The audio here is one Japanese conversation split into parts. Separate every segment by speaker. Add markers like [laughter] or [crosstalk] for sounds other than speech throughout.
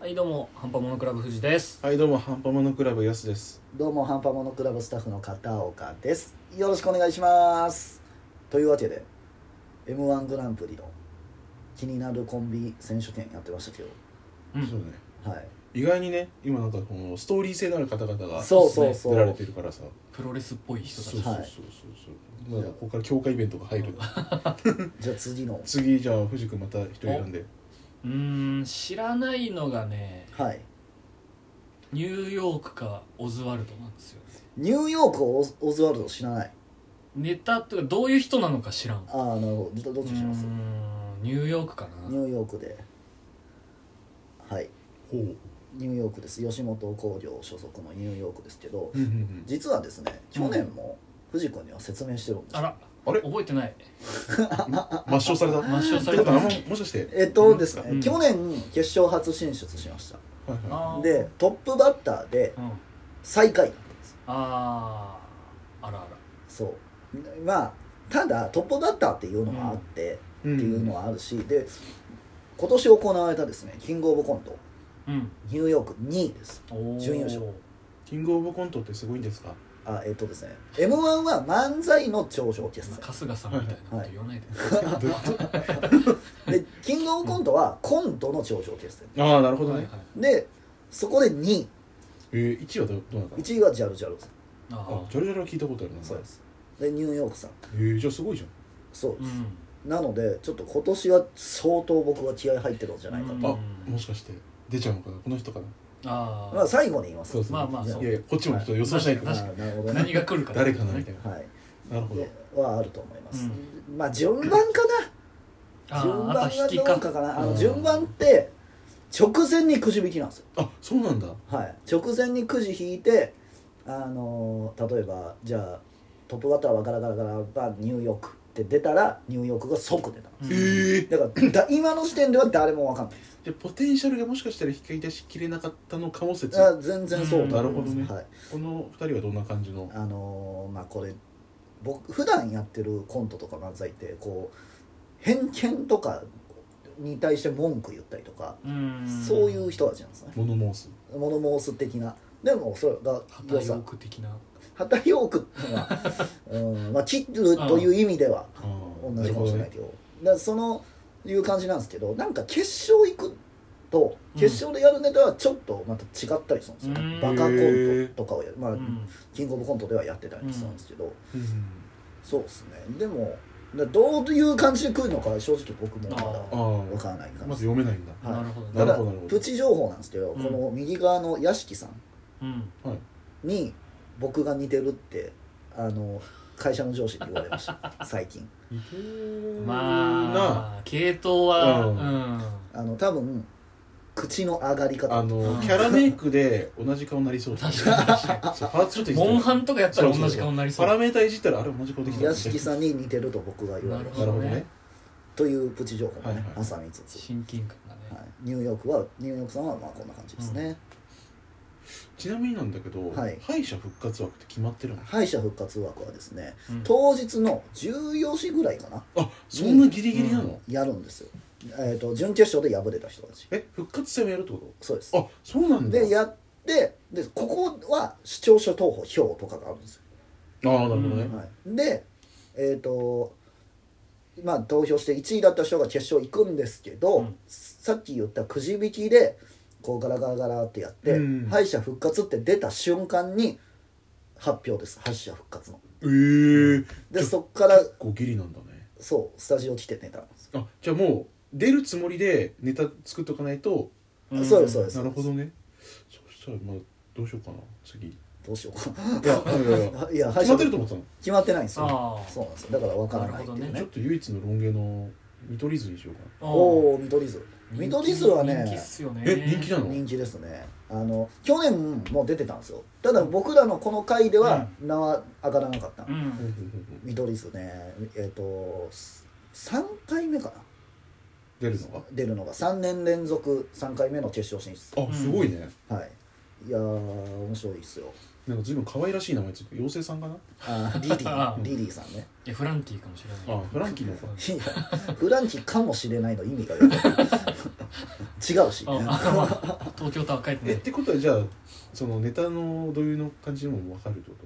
Speaker 1: はいどうもハンパモノクラブ藤です
Speaker 2: はいどうもハンパモノクラブやすです
Speaker 3: どうもハンパモノクラブスタッフの片岡ですよろしくお願いしますというわけで m 1グランプリの気になるコンビ選手権やってましたけど
Speaker 1: うん
Speaker 2: そうね
Speaker 3: はい
Speaker 2: 意外にね今なんかこのストーリー性のある方々が
Speaker 3: そうそうそう
Speaker 2: 出られてるからさ
Speaker 1: プロレスっぽい人た
Speaker 2: そうそう
Speaker 1: ち
Speaker 2: そう
Speaker 3: はい
Speaker 2: そう、まだここから強化イベントが入る
Speaker 3: じゃあ次の
Speaker 2: 次じゃあ藤君また一人選んで
Speaker 1: うーん知らないのがね
Speaker 3: はい
Speaker 1: ニューヨークかオズワルドなんですよ
Speaker 3: ニューヨークをオズオズワルド知らない
Speaker 1: ネタとかどういう人なのか知らん
Speaker 3: ああなるほどどどっちにします
Speaker 1: うーんニューヨークか
Speaker 3: ニ
Speaker 1: な
Speaker 3: ューヨークではい
Speaker 2: ほう
Speaker 3: ニューヨークです吉本興業所属のニューヨークですけど
Speaker 2: うんうんうん
Speaker 3: 実はですね去年も藤君には説明してるんです
Speaker 1: あら
Speaker 2: あれ
Speaker 1: 覚えてない
Speaker 2: 抹消された
Speaker 1: 抹消され
Speaker 2: ってことは
Speaker 1: た
Speaker 2: あんまもしかして
Speaker 3: えっとですね、
Speaker 1: うん
Speaker 3: 去年決勝初進出しました
Speaker 2: はいは
Speaker 1: あー
Speaker 3: でトップバッターで
Speaker 1: うん
Speaker 3: 最下位
Speaker 1: あーあらあ
Speaker 3: そうまあただトップバッターっていうのがあって、
Speaker 2: いん
Speaker 3: っていうのはあるしで今年行われたですねキングオブコント
Speaker 1: らうん
Speaker 3: ニューヨーク2位です
Speaker 1: おー
Speaker 3: 準優勝
Speaker 2: キングオブコントってすごいんですか
Speaker 3: あえっとですね m 1は漫才の頂上決
Speaker 1: そんな春日
Speaker 3: 戦
Speaker 1: さんみたいなこと言わないで、
Speaker 2: どういうこと
Speaker 3: でキングオブコントはコントの頂上決戦
Speaker 2: ああなるほ
Speaker 1: は
Speaker 2: ど
Speaker 1: いは
Speaker 2: ね、
Speaker 1: い、
Speaker 3: でそこで2位
Speaker 2: えー、1位はどどうなったの
Speaker 3: 1位はジャルジャルさん
Speaker 1: あ
Speaker 2: あ
Speaker 1: あ
Speaker 2: ジャルジャルは聞いたことあるな
Speaker 3: そうですでニューヨークさん
Speaker 2: えー、じゃあすごいじゃん
Speaker 3: そう
Speaker 1: う
Speaker 3: です、
Speaker 1: ん
Speaker 3: なのでちょっと今年は相当僕は気合入ってるんじゃないかと、
Speaker 1: うん
Speaker 2: あもしかして出ちゃうのかなこの人かな
Speaker 1: ああ、
Speaker 3: まあ最後に言います
Speaker 1: まあまあそう
Speaker 2: いやいやこっちもちょっと予想しないと
Speaker 1: 確か
Speaker 3: あなるほどね
Speaker 1: 何が来るか
Speaker 2: 誰かなみたい
Speaker 3: はい
Speaker 2: ななるほど
Speaker 3: ではあると思います、まあ順番か
Speaker 1: あ
Speaker 3: な
Speaker 1: ー
Speaker 3: 順番
Speaker 1: あと
Speaker 3: が
Speaker 1: 引き
Speaker 3: どうかかなあ
Speaker 2: うん
Speaker 3: の順番って直前にくじ引きなんですよ
Speaker 2: あそうなんだ
Speaker 3: はい直前にくじ引いてあのー例えばじゃあトップバッターはガラガラガラバンニューヨークって出たらニューヨークが即出た
Speaker 1: うん
Speaker 2: えー、
Speaker 3: だからだ今の時点では誰もわかんないです
Speaker 2: じゃあポテンシャルがもしかしたら引き出しきれなかったのかも説
Speaker 3: あ全然そう
Speaker 1: うんな
Speaker 2: るほどね
Speaker 3: はい
Speaker 2: この2人はどんな感じの
Speaker 3: あのーまあこれ僕普段やってるコントとか漫才ってこう偏見とかに対して文句言ったりとか、
Speaker 1: うん
Speaker 3: そういう人たちなんですね
Speaker 2: 物申す
Speaker 3: 物申す的なでもそれが
Speaker 1: 旗
Speaker 3: 良
Speaker 1: ヨ
Speaker 3: さ
Speaker 1: ーク的な
Speaker 3: 旗よくっていうのは、
Speaker 1: [laughs]
Speaker 3: うんまあ、切るという意味では
Speaker 2: あー
Speaker 3: 同じかもしれな
Speaker 2: ないる
Speaker 3: けどだからそのいう感じなんですけどなんか決勝行くと決勝でやるネタはちょっとまた違ったりするんですよ、
Speaker 1: うん
Speaker 3: バカコントとかをやる、まあ
Speaker 1: うん
Speaker 3: キングオブコントではやってたりするんですけど、
Speaker 2: ほどね
Speaker 3: そうですねでもだどういう感じで来るのか正直僕もまだ
Speaker 1: あ
Speaker 2: うん
Speaker 3: 分
Speaker 2: あ
Speaker 3: からない
Speaker 2: あ
Speaker 3: 感
Speaker 2: ま
Speaker 3: じ
Speaker 2: ず読めないんだ
Speaker 3: はい
Speaker 1: なるほどね
Speaker 2: な
Speaker 3: た
Speaker 2: る
Speaker 3: だ
Speaker 2: ほどなるほど
Speaker 3: プチ情報なんですけど、
Speaker 1: うん
Speaker 3: この右側の屋敷さん
Speaker 1: うん
Speaker 2: はい
Speaker 3: に僕が似てるってあの会社の上司に言われました
Speaker 2: [laughs]
Speaker 3: 最近
Speaker 2: いけーな
Speaker 1: まあ系統は
Speaker 2: うん
Speaker 1: う
Speaker 3: あの多分口の上がり
Speaker 2: あ
Speaker 3: 方
Speaker 2: のキャラメイクで同じ顔になりそうん
Speaker 3: [laughs]
Speaker 1: 確かに確か
Speaker 2: そうパーツちょっとい
Speaker 1: に
Speaker 2: じって
Speaker 1: モンハンとかやったら同じ顔になりそ
Speaker 2: パ
Speaker 1: う
Speaker 2: ラメーターいじったらあれ同じ顔できた
Speaker 3: 屋敷さんに似てると僕が言われまし
Speaker 2: な
Speaker 3: た
Speaker 2: るほどね
Speaker 3: というプチ情報がね、
Speaker 2: はいはい
Speaker 3: 朝見つつ、
Speaker 1: 親近感がね、
Speaker 3: はい、ニューヨークはニューヨークさんはまあこんな感じですね、
Speaker 2: ちなみになんだけど
Speaker 3: はい
Speaker 2: 敗者復活枠って決まってるの
Speaker 3: 敗者復活枠はですね
Speaker 1: うん
Speaker 3: 当日の14時ぐらいかな
Speaker 2: あそんなギリギリなの
Speaker 3: やるんですよ、えー、と準決勝で敗れた人たち
Speaker 2: え復活戦をやるってこ
Speaker 3: そうです
Speaker 2: とあそうなんだ
Speaker 3: でやってでここは視聴者投票票とかがあるんですよ、
Speaker 2: ああなるほどね
Speaker 1: うん
Speaker 3: はい、でえっ、とまあ投票して1位だった人が決勝行くんですけど、
Speaker 1: うん
Speaker 3: さっき言ったくじ引きでこうガラガラガラってやって、
Speaker 2: うん
Speaker 3: 敗者復活って出た瞬間に発表です敗者復活の
Speaker 2: えー、
Speaker 3: でそっから
Speaker 2: こうギリなんだね
Speaker 3: そうスタジオ来て寝たんです
Speaker 2: あじゃあもう出るつもりでネタ作っとかないと
Speaker 1: ん
Speaker 3: そうですそうです
Speaker 2: なるほどねそしたらまあどうしようかな
Speaker 3: [laughs]
Speaker 2: 次い
Speaker 3: どうしよう [laughs] か
Speaker 2: やいやいや
Speaker 3: ないや敗
Speaker 2: 決
Speaker 3: 者
Speaker 2: まってると思ってたの
Speaker 3: 決まってないんですよ
Speaker 1: ああ
Speaker 3: そうなんですよだから分からないっていう
Speaker 1: なるほど
Speaker 3: ね
Speaker 2: ちょっと唯一のロン毛の見取り図にしようか
Speaker 3: おお見取り図見取り図はね
Speaker 1: 人気っすよね
Speaker 2: なえ人気なの
Speaker 3: 人気ですねあの去年も出てたんですよただ僕らのこの回では名は上がらなかった、
Speaker 1: う
Speaker 2: うんうん
Speaker 1: ん
Speaker 2: うんうん
Speaker 3: 見取り図ねえっ、と3回目かな
Speaker 2: 出るの
Speaker 3: 出るのが3年連続3回目の決勝進出
Speaker 2: があすごいね
Speaker 3: はいいやー面白いっすよ
Speaker 2: なんか随分可愛らしい名前ついてる妖精さんかな
Speaker 3: あ
Speaker 1: [laughs]
Speaker 3: ーリリ
Speaker 1: あー
Speaker 3: ーリリーさんね
Speaker 1: いやフランキーかもしれない
Speaker 2: あフランキーの
Speaker 1: [laughs]
Speaker 2: 方
Speaker 3: いやフランキーかもしれないの意味がよくわかんない違うし、
Speaker 1: あ頭東京タワー書いてな
Speaker 2: えっ
Speaker 1: い
Speaker 2: てことはじゃあそのネタのどういうの感じも分かるってこ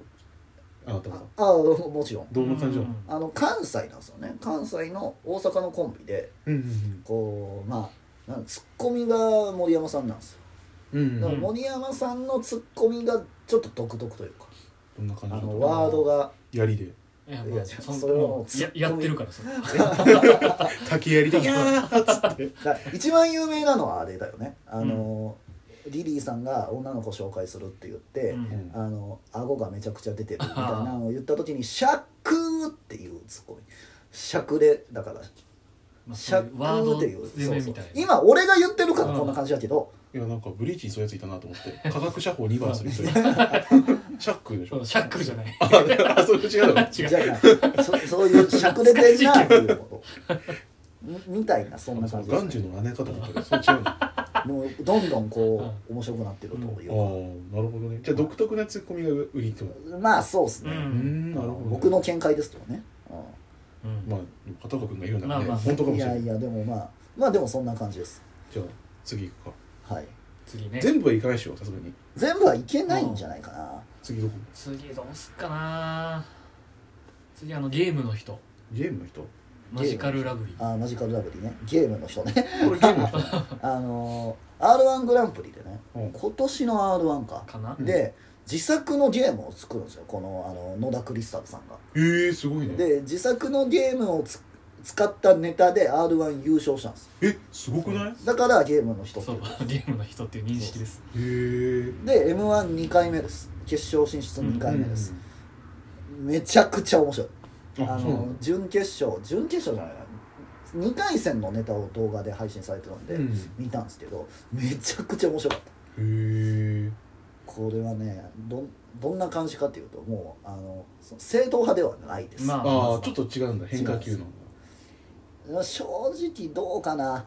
Speaker 2: とあなたは
Speaker 3: ああもちろん
Speaker 2: どんな感じなの
Speaker 3: あの関西なんですよね関西の大阪のコンビで
Speaker 2: うんうん
Speaker 3: こうまあなんツッコミが森山さんなんですよ
Speaker 2: うんうん
Speaker 3: だから森山さんのツッコミがちょっと独特というか、
Speaker 2: どんな感じ
Speaker 3: あ
Speaker 2: の
Speaker 3: のワー
Speaker 1: [laughs]
Speaker 3: ドが
Speaker 2: 槍で
Speaker 1: いや
Speaker 3: い
Speaker 1: ま
Speaker 3: や
Speaker 1: あそ
Speaker 3: それはもう
Speaker 1: もうややってるからそれ
Speaker 2: 竹槍で
Speaker 1: い
Speaker 2: い
Speaker 1: や
Speaker 2: や
Speaker 3: だから一番有名なのはあれだよねあの、リリーさんが女の子紹介するって言って、
Speaker 1: うん
Speaker 3: あの顎がめちゃくちゃ出てるみたいなのを言った時に「しゃく」っていうツッコミ「しゃくれ」だから「
Speaker 1: まあ
Speaker 3: しゃ
Speaker 1: そうい
Speaker 3: く
Speaker 1: うワー」ド
Speaker 3: っていう
Speaker 1: 攻めみたいな
Speaker 3: 今俺が言ってるからこんな感じだけど
Speaker 2: なんかブリーチにそういうやついたなと思って科学写法2番する人いるシャックでし
Speaker 1: そ
Speaker 2: ょ
Speaker 1: うシャックルじゃない
Speaker 2: あそれ違うの
Speaker 1: 違
Speaker 3: じ
Speaker 1: う
Speaker 3: ゃあそそういうしゃくれてんなっていうことみみたいなそんな
Speaker 2: そ
Speaker 3: 感
Speaker 2: う
Speaker 3: じで
Speaker 2: ガ
Speaker 3: す
Speaker 2: ンジュの姉
Speaker 3: ね
Speaker 2: かと思ったけどそれ違うのあ
Speaker 3: でもどんどんこう面白くなってるという
Speaker 2: あ
Speaker 3: か、
Speaker 2: ーなるほどねじゃあ独特なツッコミが売りってこ
Speaker 3: まあそうですね、
Speaker 1: う
Speaker 2: とうんんなるほど
Speaker 3: 僕の見解ですけどね、う
Speaker 1: うん
Speaker 2: まあ片岡君が言うならね
Speaker 1: まあまあ
Speaker 2: 本当か
Speaker 3: ん、
Speaker 2: も
Speaker 3: い
Speaker 2: しれ
Speaker 3: や
Speaker 2: ない
Speaker 3: いやでもまあまあでもそんな感じです
Speaker 2: じゃあ次行くか
Speaker 3: はい
Speaker 1: 次ね
Speaker 2: 全部はいかないでしょさすがに
Speaker 3: 全部はいけないんじゃないかな、
Speaker 2: 次どこ
Speaker 1: 次どうすっかな次あのゲームの人
Speaker 2: ゲームの人こ
Speaker 1: マジカルラグビー
Speaker 3: あーマジカルラブリーねゲームの人ね [laughs]
Speaker 2: れゲームの人
Speaker 3: あのー、r 1グランプリでね
Speaker 2: うん
Speaker 3: 今年の r 1か
Speaker 1: かな
Speaker 2: うん
Speaker 3: で自作のゲームを作るんですよこのあの野田クリスタルさんが
Speaker 2: ええすごいね
Speaker 3: で自作のゲームをつ使ったネタで r 1優勝したんです
Speaker 2: えすごくないへ
Speaker 3: だからゲームの人って
Speaker 1: そ
Speaker 3: いうう
Speaker 1: ゲームの人っていう認識です
Speaker 2: え
Speaker 3: で m 1 2回目です決勝進出2
Speaker 1: ダ
Speaker 3: 回目です、めちゃくちゃ面白い
Speaker 2: あ
Speaker 3: あ
Speaker 2: そうなんだ
Speaker 3: の準決勝準決勝じゃないな2回戦のネタを動画で配信されてるんで、
Speaker 2: うん
Speaker 3: 見たんですけどめちゃくちゃ面白かった
Speaker 2: へえ
Speaker 3: これはねどんどんな感じかっていうともうあのその正統派ではないです、
Speaker 1: ま
Speaker 2: ああちょっと違うんだ変化球なんだ
Speaker 3: 正直どうかな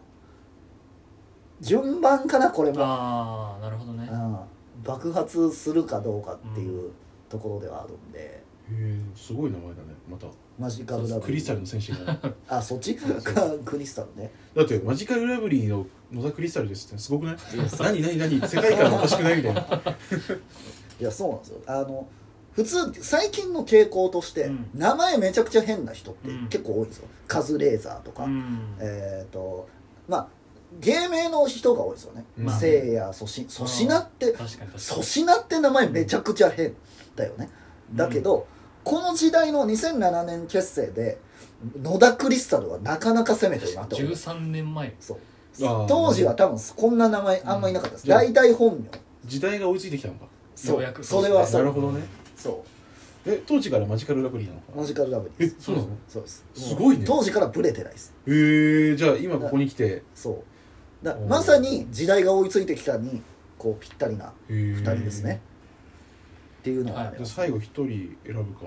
Speaker 3: 順番かなこれも、
Speaker 1: ああなるほどね
Speaker 3: うん、爆発するかどうかっていうところではあるんで、
Speaker 2: へえすごい名前だねまた
Speaker 3: マジカルラブ
Speaker 2: ク
Speaker 3: リ
Speaker 2: リスタ
Speaker 3: ー
Speaker 2: ルの選手が [laughs] だ
Speaker 3: あそっち
Speaker 2: そう
Speaker 3: クリスタルね
Speaker 2: ってマジカルラブリーの野田クリスタルですってすごくない何何何世界観おかしくないみたいない
Speaker 3: やそうなんですよあの普通最近の傾向として、
Speaker 1: うん
Speaker 3: 名前めちゃくちゃ変な人って
Speaker 1: うん
Speaker 3: 結構多いんですよ、カズレーザーとか、
Speaker 1: うん
Speaker 3: えっ、とまあ芸名の人が多いですよね
Speaker 2: まあね
Speaker 3: せいや粗品粗品って
Speaker 1: 確かに確かに
Speaker 3: 粗品って名前めちゃくちゃ変だよねだけど、この時代の2007年結成で野田クリスタルはなかなか攻めてるなと思う
Speaker 1: 13年前
Speaker 3: そう
Speaker 2: あー
Speaker 3: 当時は多分こんな名前あんまいなかったです、
Speaker 2: うん
Speaker 3: 大体本名
Speaker 2: 時代が追いついてきたのか
Speaker 3: そ
Speaker 1: よう
Speaker 3: う
Speaker 1: やく
Speaker 3: それは
Speaker 1: そ
Speaker 3: そう
Speaker 2: な
Speaker 1: です
Speaker 2: る
Speaker 1: ね
Speaker 2: ほどね
Speaker 3: そう
Speaker 2: え当時からマジカルラブリーなのか
Speaker 3: マ
Speaker 2: な
Speaker 3: ジカルラブリー
Speaker 2: え
Speaker 3: です
Speaker 2: そうなの
Speaker 3: そうです
Speaker 2: すごいね
Speaker 3: 当時からブレてないです
Speaker 2: へえじゃあ今ここに来て
Speaker 3: そうだ
Speaker 2: おー
Speaker 3: まさに時代が追いついてきたにこうぴったりな
Speaker 2: 2
Speaker 3: 2人ですねっていうのがあり
Speaker 2: じゃ
Speaker 3: ま
Speaker 2: あ
Speaker 3: す、
Speaker 2: 最後1人選ぶか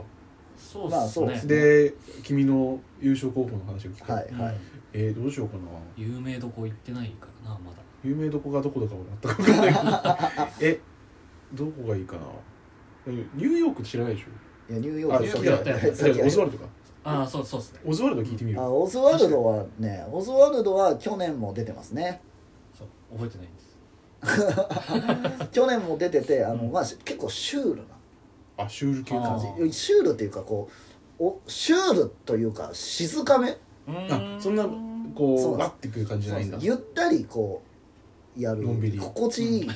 Speaker 1: そう
Speaker 3: ま
Speaker 1: っ
Speaker 3: あ
Speaker 1: す
Speaker 3: そうで
Speaker 1: ね
Speaker 3: す
Speaker 2: で君の優勝候補の話を聞く
Speaker 3: はい
Speaker 1: うん
Speaker 3: はい
Speaker 2: えー、どうしようかな
Speaker 1: 有名どこ行ってないからなまだ
Speaker 2: 有名どこがどこだか俺全く分かん
Speaker 3: [laughs]
Speaker 2: ないけどえどこがいいかなえニューヨークって知らないでしょ
Speaker 3: いやニューヨ
Speaker 2: あ
Speaker 3: ーク
Speaker 1: ニューヨーク
Speaker 3: さ
Speaker 1: や
Speaker 3: っ
Speaker 1: っ
Speaker 3: き
Speaker 1: たや
Speaker 2: いや
Speaker 3: さっき
Speaker 2: オズワルドか
Speaker 1: ああそうそうっすね
Speaker 2: オズワルド聞いてみる
Speaker 3: あオズワルドはねオズワルドは去年も出てま
Speaker 2: [laughs]
Speaker 3: すね
Speaker 1: そう覚えてないんです
Speaker 3: 去年も出ててあの、
Speaker 1: うん
Speaker 3: まあ、結構シュールな
Speaker 2: あシュール系
Speaker 1: あ
Speaker 2: か
Speaker 3: 感
Speaker 1: ー
Speaker 3: じシュールっていうかこうおシュールというか静かめ
Speaker 1: うー
Speaker 2: あそんなこ
Speaker 3: そうう
Speaker 2: わってくる感じじゃないんだ
Speaker 3: ゆったりこうやる
Speaker 2: のんびり
Speaker 3: 心地いい、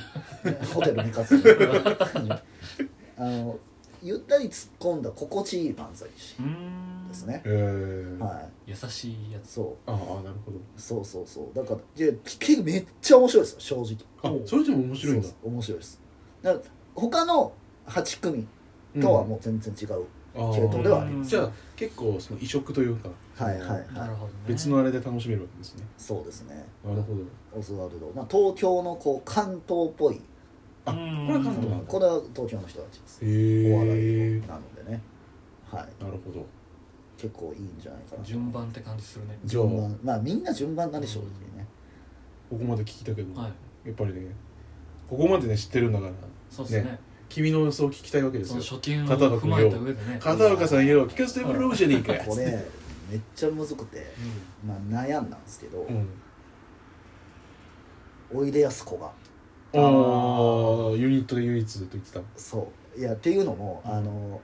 Speaker 3: ホテルに活あのゆったり突っ込んだ心地いい漫才師
Speaker 1: うーん
Speaker 3: ですね
Speaker 2: へ、ー
Speaker 3: はい
Speaker 1: 優しいやつ
Speaker 3: そう
Speaker 2: ああなるほど
Speaker 3: そうそうそうだからいやききめっちゃ面白いですよ正直
Speaker 2: あ
Speaker 1: おう
Speaker 2: それでも面白いんだ
Speaker 3: そうそう面白いですだから他の8組とはもう全然違う、
Speaker 2: うん
Speaker 3: 系統
Speaker 1: ではあります
Speaker 2: じゃあ結構その異色というか
Speaker 3: はいはいはい
Speaker 1: なるほどね
Speaker 2: 別のあれで楽しめるわけですね
Speaker 3: そうですね
Speaker 2: なるほど
Speaker 3: オズワルド、まあ、東京のこう関東っぽい
Speaker 2: あこれ
Speaker 1: うん
Speaker 2: は関東なんだ
Speaker 3: これは東京の人たちです
Speaker 2: へ
Speaker 3: お笑
Speaker 2: え
Speaker 3: いなのでねはい
Speaker 2: なるほど
Speaker 3: 結構いいんじゃないかな
Speaker 1: 順番って感じするね
Speaker 2: じゃあ
Speaker 3: 順番まあみんな順番なんでしょうね、
Speaker 2: ここまで聞いたけど、
Speaker 1: はい
Speaker 2: やっぱりねここまでね知ってるんだから
Speaker 1: そうっすね
Speaker 2: ね君の予想を聞きたいわけです
Speaker 1: その
Speaker 2: よ
Speaker 1: 初見を踏まえた上でね
Speaker 2: 片岡さんよ聞かせてもらおうじゃねえかよ
Speaker 3: [laughs] これめっちゃむずくて、
Speaker 1: う
Speaker 3: まあ、悩んだんですけど、
Speaker 2: うん
Speaker 3: おいでやすこが
Speaker 2: ああユニットで唯一と言ってた
Speaker 3: そういやっていうのも、あの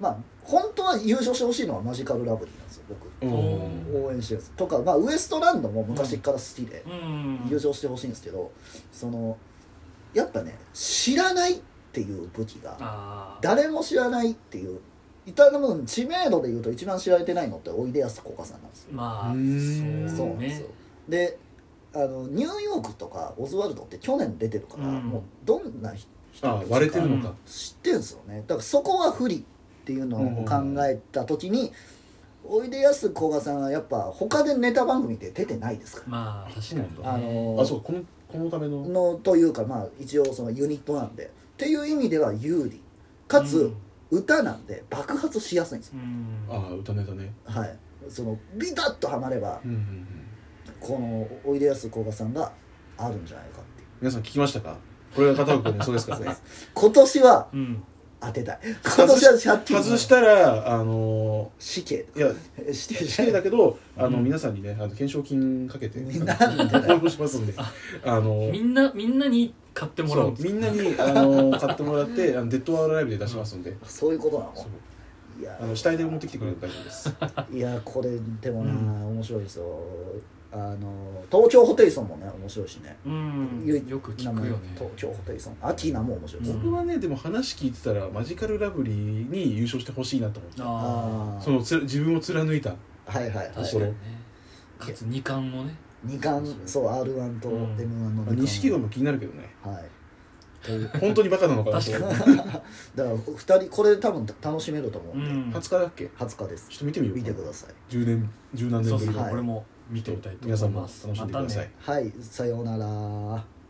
Speaker 3: まあ本当は優勝してほしいのはマジカルラブリーなんですよ僕
Speaker 2: うん
Speaker 1: おー
Speaker 3: 応援してるんですとか、まあ、ウエストランドも昔から好きで
Speaker 1: うん
Speaker 3: 優勝してほしいんですけどそのやっぱね知らないっていう武器が
Speaker 1: ああ
Speaker 3: 誰も知らないっていう多分知名度でいうと一番知られてないのっておいでやすこがさんなんですよ
Speaker 1: まあ
Speaker 2: うーん
Speaker 1: そ
Speaker 3: そう
Speaker 1: う
Speaker 3: なんです
Speaker 1: ね
Speaker 3: よであのニューヨークとかオズワルドって去年出てるから、
Speaker 1: うん
Speaker 3: もうどんな人
Speaker 2: ああ割れてるのか、
Speaker 3: 知ってるんですよねだからそこは不利っていうのを考えた時に、おいでやすこがさんはやっぱ他でネタ番組で出てないですから、
Speaker 1: まあ確かにね
Speaker 3: あの
Speaker 2: あそうこのこのための
Speaker 3: のというかまあ一応そのユニットなんでっていう意味では有利かつ、歌なんで爆発しやすいんですよ、
Speaker 1: うんうん
Speaker 2: ああ歌ネタね
Speaker 3: はいそのビタッとはまれば
Speaker 2: うんうんうん
Speaker 3: このおいでやすこがさんがあるんじゃないかっていう
Speaker 2: 皆さん聞きましたかこれが片岡君のそうですから
Speaker 3: [laughs]
Speaker 2: ね
Speaker 3: 今年は
Speaker 1: うん
Speaker 3: 当てたい今年は借金
Speaker 2: 外したらあの
Speaker 3: 死刑
Speaker 2: いや
Speaker 3: [laughs] 死刑
Speaker 2: 死
Speaker 3: じ
Speaker 2: 刑
Speaker 3: ゃない
Speaker 2: だけどあの、
Speaker 1: うん
Speaker 2: 皆さんにねあの懸賞金かけて
Speaker 3: みんな
Speaker 2: あの応募しますんであの
Speaker 1: みんなみんなに買ってもら
Speaker 2: そううみんなにあの買ってもらってあのデッドアーライブで出しますんで、
Speaker 3: そういうことなの
Speaker 2: そう
Speaker 3: いや
Speaker 2: あの死体で持ってきてくれる大丈夫です
Speaker 3: いやこれでもな、
Speaker 1: うん
Speaker 3: 面白いですよあの東京ホテイソンもね面白いしね
Speaker 1: うん
Speaker 3: ゆい
Speaker 1: よく聞くよね
Speaker 3: 東京ホテイソンアキーナも面白いです、
Speaker 1: うん
Speaker 2: 僕はねでも話聞いてたらマジカルラブリーに優勝してほしいなと思って
Speaker 1: あ
Speaker 3: あ
Speaker 2: そ
Speaker 3: あ
Speaker 2: のつら自分を貫いた
Speaker 3: はいはい
Speaker 1: あ
Speaker 3: はい
Speaker 1: 確かにねかつ二冠もね
Speaker 3: 二冠そう r 1と
Speaker 1: うん
Speaker 3: m 1の二
Speaker 2: 錦鯉も気になるけどね
Speaker 3: はいという
Speaker 2: 本当にバカなのかなと
Speaker 1: 確
Speaker 2: 思
Speaker 1: か
Speaker 2: っ
Speaker 1: に
Speaker 2: て
Speaker 3: [laughs] だから二人これ多分楽しめると思う
Speaker 1: うん
Speaker 3: で、
Speaker 1: ん
Speaker 2: 20日だっけちょ
Speaker 3: 20日です
Speaker 2: っと見てみよう
Speaker 3: 見てください
Speaker 2: 10年十何
Speaker 1: そ
Speaker 2: 年
Speaker 1: うそう
Speaker 2: ぶりの
Speaker 3: はい
Speaker 1: これも見てみたいと
Speaker 2: 皆
Speaker 1: 思
Speaker 2: さ
Speaker 1: い
Speaker 2: ん
Speaker 1: ま
Speaker 2: も楽
Speaker 1: す
Speaker 2: しんでください、
Speaker 1: またね
Speaker 3: はいさようなら